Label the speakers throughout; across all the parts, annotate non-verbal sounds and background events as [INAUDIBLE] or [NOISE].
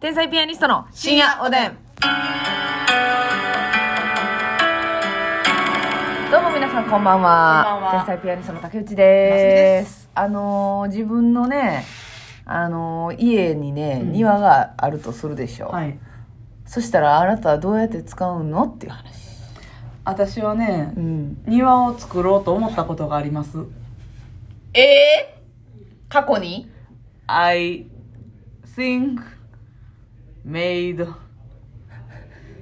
Speaker 1: 天才ピアニストの深夜おでん。どうも皆さんこんばんは。
Speaker 2: こんばんは
Speaker 1: 天才ピアニストの竹内
Speaker 2: ます
Speaker 1: で。
Speaker 2: みです
Speaker 1: あのー自分のね、あのー家にね、庭があるとするでしょう。
Speaker 2: はい
Speaker 1: そしたらあなたはどうやって使うのっていう話。
Speaker 2: 私はね
Speaker 1: うん。
Speaker 2: 庭を作ろうと思ったことがあります
Speaker 1: ええ過去に
Speaker 2: I think made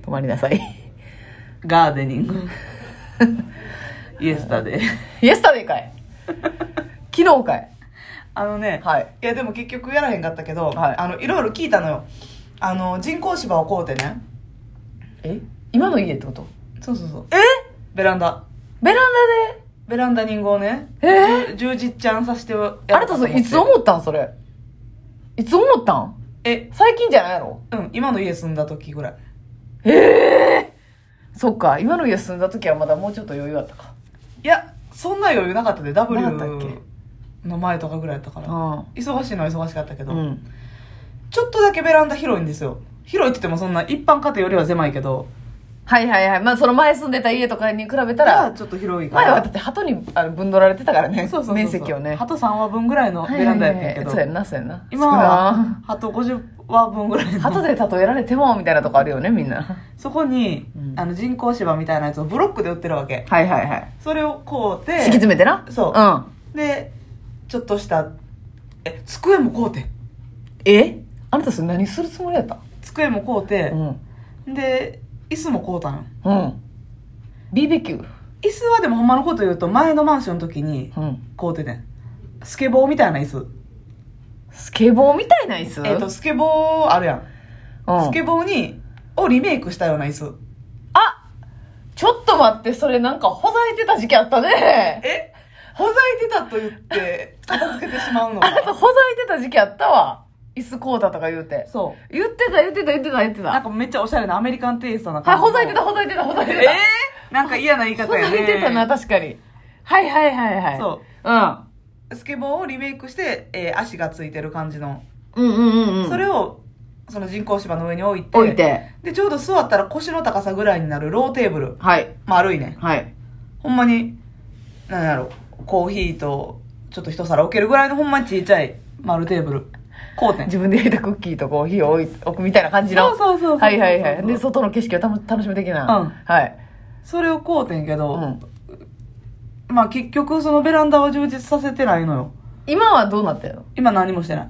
Speaker 1: 止まりなさい。 [LAUGHS]
Speaker 2: gardening [LAUGHS] yesterday
Speaker 1: イエスタデイか [LAUGHS] い昨日かい
Speaker 2: あのね、
Speaker 1: はい。
Speaker 2: いやでも結局やらへんかったけど、
Speaker 1: はい
Speaker 2: あのいろいろ聞いたのよあの人工芝を買うてね
Speaker 1: え今の家ってこと
Speaker 2: そうそうそう
Speaker 1: え
Speaker 2: ベランダ
Speaker 1: ベラン
Speaker 2: ベランダリンゴをね
Speaker 1: ダでえ
Speaker 2: じゅ充実ちゃんさせてやろう
Speaker 1: あなたそれいつ思ったんそれ。いつ思ったん
Speaker 2: え
Speaker 1: 最近じゃないやろ
Speaker 2: うん今の家住んだ時ぐらい
Speaker 1: ええそっか、今の家住んだ時はまだもうちょっと余裕あったか。
Speaker 2: いやそんな余裕なかったで W
Speaker 1: なかったっ
Speaker 2: の前とかぐらいやったから
Speaker 1: う
Speaker 2: 忙しいのは忙しかったけど、
Speaker 1: ん。うん。
Speaker 2: ちょっとだけベランダ広いんですよ広いって言ってもそんな一般家庭よりは狭いけど
Speaker 1: はいはいはい。まあその前住んでた家とかに比べた
Speaker 2: ただ
Speaker 1: ら、
Speaker 2: ちょっと広いか
Speaker 1: 前
Speaker 2: ら
Speaker 1: はだって鳩にあのぶんどられてたからね。
Speaker 2: そうそうそうそう
Speaker 1: 面積をね。
Speaker 2: 鳩3話分ぐらいのベランダやった
Speaker 1: はいは
Speaker 2: けど、
Speaker 1: いはいそうやんな、そうやんな。
Speaker 2: 今は鳩50話分ぐらい
Speaker 1: 少な鳩
Speaker 2: の
Speaker 1: で例えられても、みたいなとこあるよね、みん
Speaker 2: [LAUGHS]
Speaker 1: な。
Speaker 2: そこに、
Speaker 1: うん
Speaker 2: あの人工芝みたいなやつをブロックで売ってるわけ
Speaker 1: はいはいはい。
Speaker 2: それをこう
Speaker 1: 敷き詰
Speaker 2: て
Speaker 1: めてな。
Speaker 2: そう
Speaker 1: うん。
Speaker 2: でちょっとしたえ机もこうて
Speaker 1: えあなたそれ何するつもりやった
Speaker 2: 机もこうて
Speaker 1: う、ん。
Speaker 2: で椅子もこうたん
Speaker 1: うん。BBQ。
Speaker 2: 椅子はでもほんまのこと言うと前のマンションの時に
Speaker 1: うん。
Speaker 2: こうててんスケボーみたいな椅子
Speaker 1: スケボーみたいな椅子
Speaker 2: えっ、と、スケボーあるやん。
Speaker 1: うん
Speaker 2: スケボーに、をリメイクしたような椅子。
Speaker 1: あちょっと待って、それなんかほざいてた時期あったね。
Speaker 2: えほざいてたと言って、片付けてしまうの
Speaker 1: あ [LAUGHS] なたほざいてた時期あったわ。椅子こうだとか言うて。
Speaker 2: そう。
Speaker 1: 言ってた言ってた言ってた言って
Speaker 2: なん
Speaker 1: た。
Speaker 2: かめっちゃおしゃれなアメリカンテイストな
Speaker 1: はい、
Speaker 2: 感じ。
Speaker 1: ほざいてた。ほざいてたほざいてた。
Speaker 2: えー、なんか嫌な言い
Speaker 1: ほ
Speaker 2: 方
Speaker 1: ざ
Speaker 2: やね。
Speaker 1: いてたな、確かに。はいはいはいはい。。
Speaker 2: そうう。スケボーをリメイクして、えー足がついてる感じの。
Speaker 1: うん。うんうんうんうん。
Speaker 2: それを、その人工芝の上に置いて。
Speaker 1: 置いて。
Speaker 2: で、ちょうど座ったら腰の高さぐらいになるローテーブル。
Speaker 1: はい。
Speaker 2: 丸いね。
Speaker 1: はい。
Speaker 2: ほんまに、なんやろう、コーヒーと、ちょっと一皿置けるぐらいのほんまにちっちゃい丸テーブル。こうてん。
Speaker 1: 自分で焼いたクッキーとコーヒーを置い置くみたいな感じの。
Speaker 2: そうそうそうそうそうそう
Speaker 1: はいはいはい。で、外の景色をたの楽しむ的な。
Speaker 2: うん
Speaker 1: はい。
Speaker 2: それをこうてんけ
Speaker 1: う
Speaker 2: ど、
Speaker 1: ん。
Speaker 2: まあ結局そのベランダは充実させてないのよ。
Speaker 1: 今はどうなってんの
Speaker 2: 今何もしてない。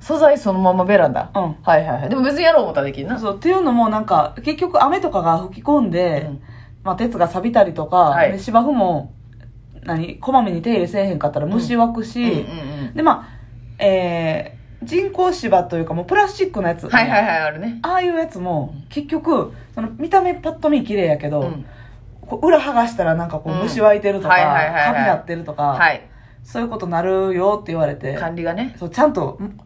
Speaker 1: 素材そのままベランダ。
Speaker 2: うん
Speaker 1: はいはいはい。でも別にやろう思ったらできんな。
Speaker 2: そう、っていうのもなんか、結局雨とかが吹き込んで、
Speaker 1: うん
Speaker 2: まあ鉄が錆びたりとか、
Speaker 1: はい
Speaker 2: で芝生も、何こまめに手入れせえへんかったら虫湧くし、
Speaker 1: うんうん
Speaker 2: でまあ、えー、人工芝というかもうプラスチックのやつ。
Speaker 1: はいはいはい、あるね。
Speaker 2: ああいうやつも、結局、その見た目パッと見綺麗やけど、
Speaker 1: うん
Speaker 2: こう裏剥がしたらなんかこう
Speaker 1: うん
Speaker 2: 虫湧いてるとか、
Speaker 1: はいはいはいはい
Speaker 2: カビなってるとか、
Speaker 1: はい。
Speaker 2: そういうことなるよって言われて、
Speaker 1: 管理がね。
Speaker 2: そうちゃんと、ん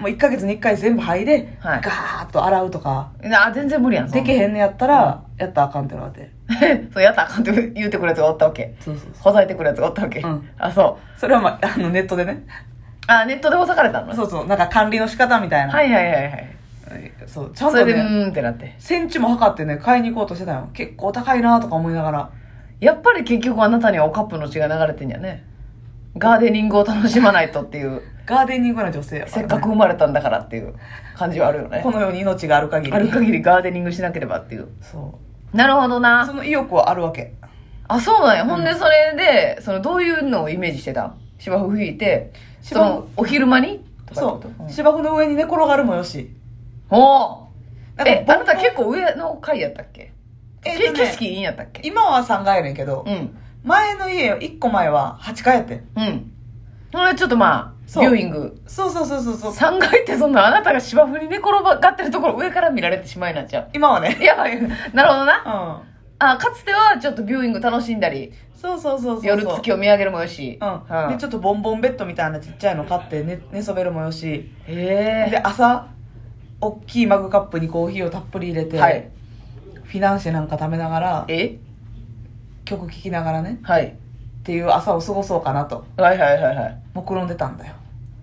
Speaker 2: もう1ヶ月に1回全部剥いで、
Speaker 1: はい
Speaker 2: ガーッと洗うとか、
Speaker 1: あ、全然無理やん。そ
Speaker 2: で
Speaker 1: ん
Speaker 2: きへんのやったら、やったらあかんって言われて。
Speaker 1: なん。 [LAUGHS] そう、やったらあかんって言うてくるやつがおったわけ。
Speaker 2: そうそうそう。
Speaker 1: ほざいてくるやつがおったわけ。
Speaker 2: うん
Speaker 1: あ、そう。
Speaker 2: それはまあ、あ [LAUGHS] のネットでね、
Speaker 1: あ、ネットでほざかれたの
Speaker 2: そうそう、なんか管理の仕方みたいな。
Speaker 1: はいはいはいはい。
Speaker 2: そう、ちゃん
Speaker 1: そ
Speaker 2: と
Speaker 1: れで、う
Speaker 2: ね、
Speaker 1: ーんってなって。
Speaker 2: センチも測ってね、買いに行こうとしてたよ。結構高いなとか思いながら。
Speaker 1: やっぱり結局あなたにはおカップの血が流れてんやね。ガーデニングを楽しまないとっていう、
Speaker 2: ガーデニングな女性やから
Speaker 1: せ
Speaker 2: ね
Speaker 1: っかく生まれたんだからっていう感じはあるよね
Speaker 2: [LAUGHS] こ。の世に命がある限り
Speaker 1: ある限りガーデニングしなければっていう。
Speaker 2: そ
Speaker 1: なるほど
Speaker 2: う
Speaker 1: な。
Speaker 2: その意欲はあるわけ
Speaker 1: あ、そうなんや。ほんでそれで、そのどういうのをイメージしてたん芝生吹いて、そ
Speaker 2: 芝生
Speaker 1: のお昼間にとか
Speaker 2: そ
Speaker 1: ってこと
Speaker 2: う芝生の上に寝転がるもよし
Speaker 1: うんおー
Speaker 2: なんか
Speaker 1: え、あなた結構上の階やったっけ
Speaker 2: えっ
Speaker 1: け
Speaker 2: とね
Speaker 1: 景色いいんやったっけ
Speaker 2: 今は3階やねんけど、
Speaker 1: うん。
Speaker 2: 前の家1個前は8階やってん
Speaker 1: うん。それちょっとまあ、
Speaker 2: そ
Speaker 1: ビ
Speaker 2: う
Speaker 1: ューイング。
Speaker 2: そうそうそうそうそう
Speaker 1: 3階ってそんなあなたが芝生に寝転がってるところ上から見られてしまいなんちゃ
Speaker 2: 今はね [LAUGHS]
Speaker 1: う。やばい。なるほど
Speaker 2: う
Speaker 1: な。
Speaker 2: ん
Speaker 1: あ、かつてはちょっとビューイング楽しんだり、
Speaker 2: そうそうそうそう
Speaker 1: 夜月を見上げるもよし。
Speaker 2: うん、でちょっとボンボンベッドみたいなちっちゃいの買って寝寝そべるもよし
Speaker 1: へ
Speaker 2: で
Speaker 1: え。
Speaker 2: 朝大きいマグカップにコーヒーをたっぷり入れて、
Speaker 1: はい。
Speaker 2: フィナンシェなんか食べながら
Speaker 1: え
Speaker 2: 曲聴きながらね
Speaker 1: はい。
Speaker 2: っていう朝を過ごそうかなと
Speaker 1: はいはいはいはい。
Speaker 2: 目論んでたんだよ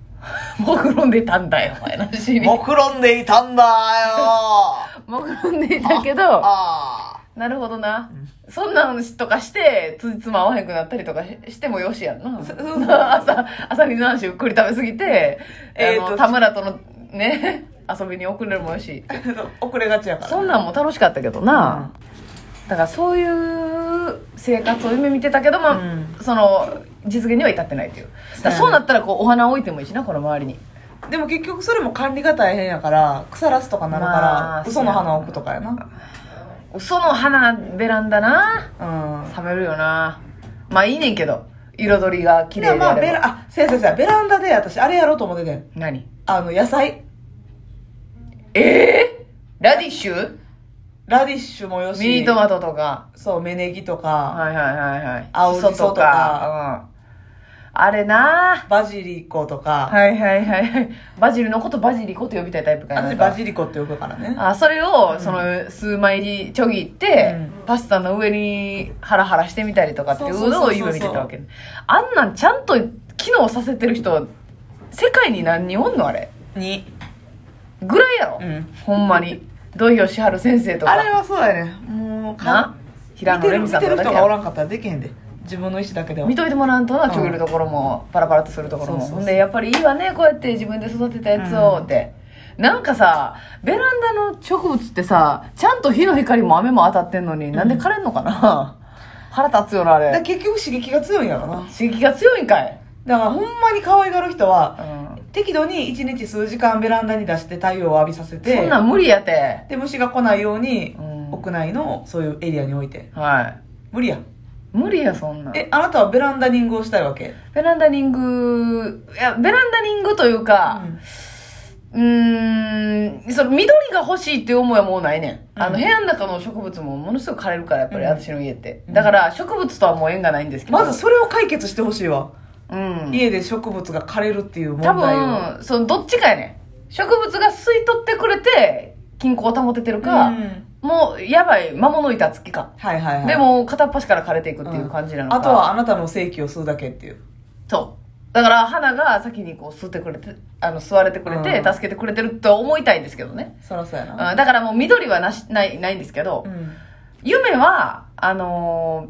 Speaker 1: [LAUGHS] 目論んでたんだよ、お前の話に。
Speaker 2: 目論んでいたんだよ
Speaker 1: 目論んでいたけ
Speaker 2: ー
Speaker 1: ど、
Speaker 2: あ
Speaker 1: なるほどな。そんなのとかして、つじつま合わへんくなったりとかししてもよしやんな。 [LAUGHS] 朝、朝水の話ゆっくり食べすぎて、
Speaker 2: えー
Speaker 1: え
Speaker 2: と
Speaker 1: と、田村とのね、 [LAUGHS] 遊びに遅れるもよし。
Speaker 2: ー遅れがちやから
Speaker 1: そんなんも楽しかったけどな。だからそういう生活を夢見てたけど、まあ、
Speaker 2: うん
Speaker 1: その、実現には至ってないという。だからそうなったら、こう、お花置いてもいいしな、この周りに。
Speaker 2: でも結局それも管理が大変やから腐らすとかなるから、
Speaker 1: まあ
Speaker 2: 嘘の花置くとかやな
Speaker 1: その花、ベランダな。
Speaker 2: うん
Speaker 1: 冷めるよな。まあいいねんけど、彩りが綺
Speaker 2: い
Speaker 1: 麗であ
Speaker 2: や
Speaker 1: れば。
Speaker 2: まあベラあせやせやせやベランダで私あれやろうと思っててん
Speaker 1: 何
Speaker 2: あの野菜
Speaker 1: ええラディッシュ
Speaker 2: ラディッシュもよし
Speaker 1: ミニトマトとか。
Speaker 2: そう芽ネギとか、
Speaker 1: はいはいはいはい。
Speaker 2: 青じそとか
Speaker 1: シソうん。あれな
Speaker 2: バジリコとか、
Speaker 1: はいはいはいはい。バジルのことバジリコと呼びたいタイプかな。
Speaker 2: 私バジリコって呼ぶからね
Speaker 1: あ、それを、その、数枚入りちょぎって、
Speaker 2: う
Speaker 1: パスタの上にハラハラしてみたりとかっていう
Speaker 2: そうそう
Speaker 1: の
Speaker 2: そうそ
Speaker 1: を
Speaker 2: う
Speaker 1: 夢見てたわけ。あんなんちゃんと機能させてる人、世界に何人おんのあれ。
Speaker 2: に、
Speaker 1: ぐらいやろ。
Speaker 2: うん、
Speaker 1: ほんまに。土井善晴先生とか。
Speaker 2: あれはそうやねもうか
Speaker 1: な平野レミさんと
Speaker 2: 見て
Speaker 1: かだけ
Speaker 2: る見てる人が
Speaker 1: や
Speaker 2: おらんかったらできへんで自分の意思だけでは
Speaker 1: 見といてもらわんと
Speaker 2: う
Speaker 1: なんちょけるところもパラパラっとするところも
Speaker 2: そうそうそう
Speaker 1: ほんでやっぱりいいわねこうやって自分で育てたやつをって、なんかさベランダの植物ってさちゃんと日の光も雨も当たってんのになんで枯れんのかな、腹立つよなあ
Speaker 2: だから
Speaker 1: れ
Speaker 2: 結局刺激が強いんやろな
Speaker 1: 刺激が強いんかい、
Speaker 2: だからほんまに可愛がる人
Speaker 1: う
Speaker 2: は
Speaker 1: ん、
Speaker 2: 適度に1日数時間ベランダに出して太陽を浴びさせ
Speaker 1: そん
Speaker 2: て
Speaker 1: なん無理やて
Speaker 2: で虫が来ないように、
Speaker 1: うん
Speaker 2: 屋内のそういうエリアに置いて
Speaker 1: はい
Speaker 2: 無理や
Speaker 1: 無理やそんなん
Speaker 2: えあなたはベランダリングをしたいわけ
Speaker 1: ベランダリングいやベランダリングというか、うーん、その緑が欲しいっていう思いはもうないねん。あの、
Speaker 2: う
Speaker 1: 部
Speaker 2: ん
Speaker 1: 屋の中の植物もものすごく枯れるから、やっぱり、
Speaker 2: うん
Speaker 1: 私の家って。だから、植物とはもう縁がないんですけど。
Speaker 2: まず、それを解決してほしいわ、
Speaker 1: うん。
Speaker 2: 家で植物が枯れるっていう問
Speaker 1: 多
Speaker 2: 題を
Speaker 1: 分、その、どっちかやねん。植物が吸い取ってくれて、均衡を保ててるか、
Speaker 2: うん
Speaker 1: もう、やばい、魔物板付きか。
Speaker 2: はいはいはい
Speaker 1: でも、片っ端から枯れていくっていうん感じなのか。
Speaker 2: あとはあなたの正気を吸うだけっていう
Speaker 1: そう。だから、花が先にこう、吸ってくれて、あの、吸われてくれて、
Speaker 2: うん
Speaker 1: 助けてくれてるとは思いたいんですけどね。
Speaker 2: そらそうや
Speaker 1: うん、
Speaker 2: な
Speaker 1: だからもう、緑はなし、ない、ないんですけど、
Speaker 2: うん
Speaker 1: 夢はあの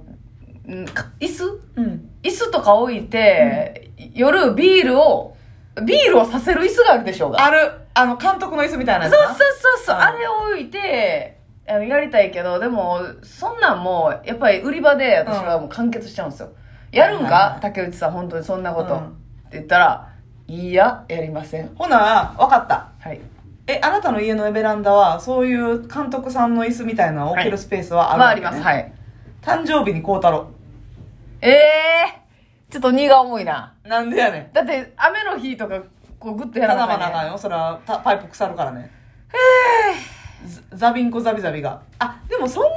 Speaker 1: ーんか椅子
Speaker 2: うん
Speaker 1: 椅子とか置いて、夜ビールをビールをさせる椅子があるでしょうが
Speaker 2: あるあの監督の椅子みたいな
Speaker 1: そ
Speaker 2: や
Speaker 1: うそ
Speaker 2: つな
Speaker 1: うそうそう、
Speaker 2: うん
Speaker 1: あれを置いてあのやりたいけどでもそんなんもうやっぱり売り場で私はもう完結しちゃうんですよ、やるんか、
Speaker 2: はいはいはい
Speaker 1: 竹内さん本当にそんなこと、
Speaker 2: うん
Speaker 1: って言ったらいややりません
Speaker 2: ほなわかった
Speaker 1: はい
Speaker 2: えあなたの家のベランダはそういう監督さんの椅子みたいなのを置けるスペースはある
Speaker 1: まあ
Speaker 2: わ
Speaker 1: あ
Speaker 2: け
Speaker 1: り
Speaker 2: ね
Speaker 1: ますはい
Speaker 2: 誕生日に孝太郎
Speaker 1: ええー、ちょっと荷が重いな
Speaker 2: なんでやねん
Speaker 1: だって雨の日とかこうグッとや
Speaker 2: た
Speaker 1: ら
Speaker 2: だ
Speaker 1: な
Speaker 2: ま
Speaker 1: か
Speaker 2: あなあかんよそらたパイプ腐るからねザザビンコザビザビがあでもそんな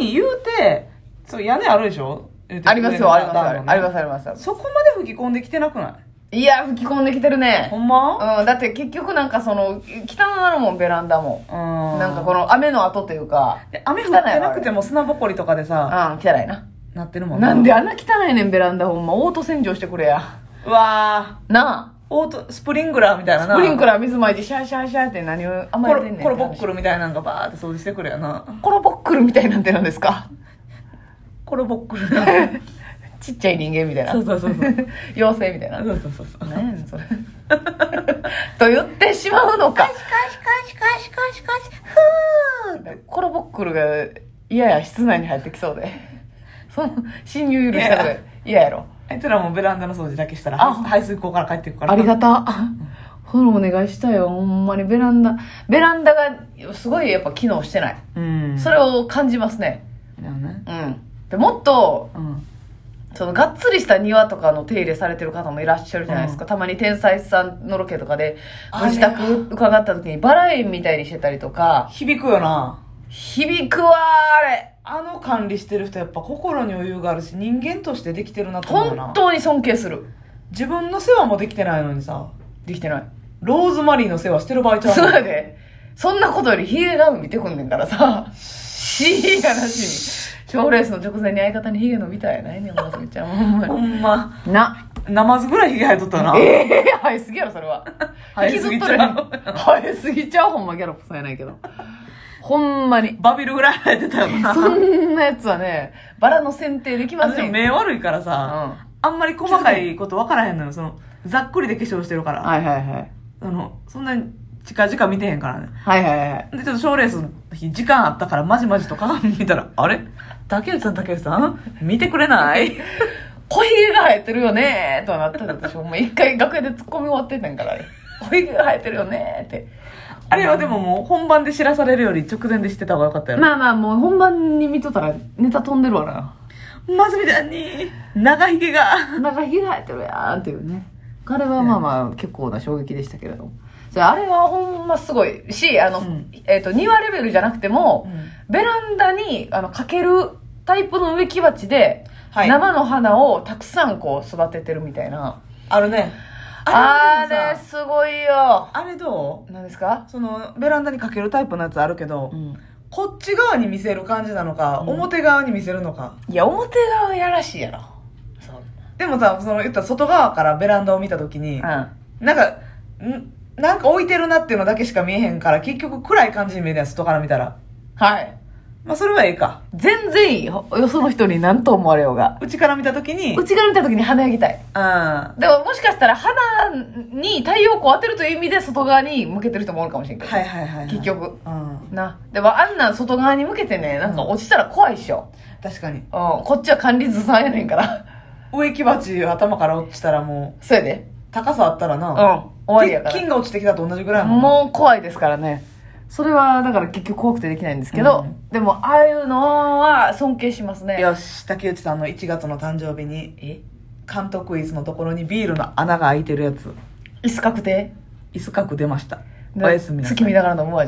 Speaker 2: に言うてそう屋根あるでしょ言うて
Speaker 1: あります
Speaker 2: 上
Speaker 1: よ、
Speaker 2: の
Speaker 1: あります
Speaker 2: 段の
Speaker 1: よ、
Speaker 2: ね
Speaker 1: ありますありますあります。
Speaker 2: そこまで吹き込んできてなくない
Speaker 1: いや、吹き込んできてる
Speaker 2: ほ
Speaker 1: ね。
Speaker 2: ん
Speaker 1: うん、
Speaker 2: ま
Speaker 1: だって結局なんかその、汚なるもん、ベランダも。
Speaker 2: うん
Speaker 1: なんかこの雨の後というか、
Speaker 2: で雨降ってなくても砂ぼこりとかで
Speaker 1: うん、
Speaker 2: さ
Speaker 1: 汚いな。
Speaker 2: なってるもん
Speaker 1: なんであんな汚いねん、ベランダほんま。オート洗浄してくれや。
Speaker 2: うわ
Speaker 1: な
Speaker 2: ーオートスプリングラーみたいな
Speaker 1: あ。
Speaker 2: な
Speaker 1: スプリンク
Speaker 2: ラ
Speaker 1: ラー水まいてシャーシャーシャーって何を甘
Speaker 2: コ
Speaker 1: え
Speaker 2: ロ
Speaker 1: てんねん。
Speaker 2: コロボック
Speaker 1: ル。
Speaker 2: ルみたいなのがバーって掃除してくれやな
Speaker 1: コロボックルみたいなんてなんですか
Speaker 2: コロボックル
Speaker 1: ちっちゃい人間みたいな。
Speaker 2: そうそうそう [LAUGHS] そう
Speaker 1: 妖精みたいな。
Speaker 2: そうそうそうそう
Speaker 1: 何やねん、それ。と言ってしまうのか。
Speaker 2: しかしかしかしかしかしふー
Speaker 1: コロボックルがいやや室内に入ってきそうで [LAUGHS] その侵入許したら嫌やろ
Speaker 2: あいつらもうベランダの掃除だけしたら
Speaker 1: あ
Speaker 2: 排水溝から帰ってくから
Speaker 1: ありがた [LAUGHS] フォローお願いしたよほんまにベランダベランダがすごいやっぱ機能してない
Speaker 2: うん
Speaker 1: それを感じますね
Speaker 2: だよね
Speaker 1: うんでもっと
Speaker 2: うん
Speaker 1: そのがっつりした庭とかの手入れされてる方もいらっしゃるじゃないですか、たまに天才さんのロケとかで
Speaker 2: あ
Speaker 1: ご
Speaker 2: れは
Speaker 1: 自宅伺った時にバラ園みたいにしてたりとか
Speaker 2: 響くよな
Speaker 1: 響くわあれ
Speaker 2: あの管理してる人やっぱ心に余裕があるし人間としてできてるなと思う
Speaker 1: 本
Speaker 2: な
Speaker 1: 当に尊敬する
Speaker 2: 自分の世話もできてないのにさ
Speaker 1: できてない
Speaker 2: ローズマリーの世話してる場合ちゃう
Speaker 1: そうや
Speaker 2: の
Speaker 1: で。そんなことよりヒゲが伸びてくんねんからさ。しい話に。賞レースの直前に相方にヒゲ伸びたやないねん、まさみちゃん。ほんま
Speaker 2: ほ
Speaker 1: に。
Speaker 2: んま
Speaker 1: な。
Speaker 2: ナマズぐらいヒゲ生えとったな。
Speaker 1: ええ生えすぎやろ、そ [LAUGHS] れは。
Speaker 2: 生えすぎちゃう
Speaker 1: 引きずっとる生えすぎちゃう、ほんまギャロップさえないけど。ほんまに。
Speaker 2: バビルぐらい生えてたよな。
Speaker 1: そんなやつはね、バラの剪定できま
Speaker 2: 私
Speaker 1: せん。
Speaker 2: 目悪いからさ、
Speaker 1: う
Speaker 2: あんまり細かいこと分からへんのよ。その、ざっくりで化粧してるから。
Speaker 1: はいはいはい。
Speaker 2: あの、そんなに近々見てへんからね。
Speaker 1: はいはいはい。
Speaker 2: で、ちょっと賞レースの日、時間あったから、まじまじと鏡見たら、あれ竹内さん、竹内さん見てくれない
Speaker 1: 小ひげが生えてるよねーとはなったら私、ほんま一回楽屋で突っ込み終わってんねんから、あれ小ひげが生えてるよねーって。
Speaker 2: [LAUGHS] あれはでももう、本番で知らされるより直前で知ってた方がよかったよ。
Speaker 1: まあまあ、もう本番に見とったらネタ飛んでるわな。
Speaker 2: まずみたいに、長ひげが。
Speaker 1: 長ひげ生えてるやんっていうねあれはまあまあ結構な衝撃でしたけれどもそれあれはほんますごいしあの、
Speaker 2: うん
Speaker 1: えっと庭レベルじゃなくても、
Speaker 2: う
Speaker 1: ベランダにあのかけるタイプの植木鉢で、
Speaker 2: はい
Speaker 1: 生の花をたくさんこう育ててるみたいな
Speaker 2: あるね。
Speaker 1: あ
Speaker 2: でもさ
Speaker 1: れすごいよ
Speaker 2: あれどう
Speaker 1: 何ですか、
Speaker 2: その、ベランダにかけるタイプのやつあるけど、
Speaker 1: ん、
Speaker 2: こっち側に見せる感じなのか、
Speaker 1: うん
Speaker 2: 表側に見せるのか。
Speaker 1: いや表側やらしいやろそう
Speaker 2: でもさ、その言ったら外側からベランダを見たときに、なんか、んなんか置いてるなっていうのだけしか見えへんから、結局暗い感じに見えるやん、外から見たら。
Speaker 1: はい
Speaker 2: まあ、それはええか。
Speaker 1: 全然いいよよその人に何と思われようが
Speaker 2: うちから見たときに
Speaker 1: う、ちから見た時に花やぎたい
Speaker 2: あ
Speaker 1: でももしかしたら花に太陽光当てるという意味で外側に向けてる人もおるかもしれん
Speaker 2: ー
Speaker 1: けど、
Speaker 2: はいはいはい、はい。
Speaker 1: 結。局
Speaker 2: うん。
Speaker 1: なでもあんなん外側に向けてねなんか落ちたら怖いっしょ、
Speaker 2: 確かに。
Speaker 1: うん、こっちは管理図さんやねんから [LAUGHS]
Speaker 2: 植木鉢頭から落ちたらもう、
Speaker 1: そうやで
Speaker 2: 高さあったらな。
Speaker 1: うん終わりやか
Speaker 2: 鉄筋
Speaker 1: ら
Speaker 2: が落ちてきたと同じぐらいやもんな。
Speaker 1: もう怖いですからねそれはだから結局怖くてできないんですけど、
Speaker 2: うん
Speaker 1: でもああいうのは尊敬しますね
Speaker 2: よし、竹内さんの1月の誕生日に、
Speaker 1: え
Speaker 2: 関東クイズのところにビールの穴が開いてるやつ、
Speaker 1: 椅子確定
Speaker 2: 椅子角出ました。おやすみなさい
Speaker 1: 月見ながら飲むわ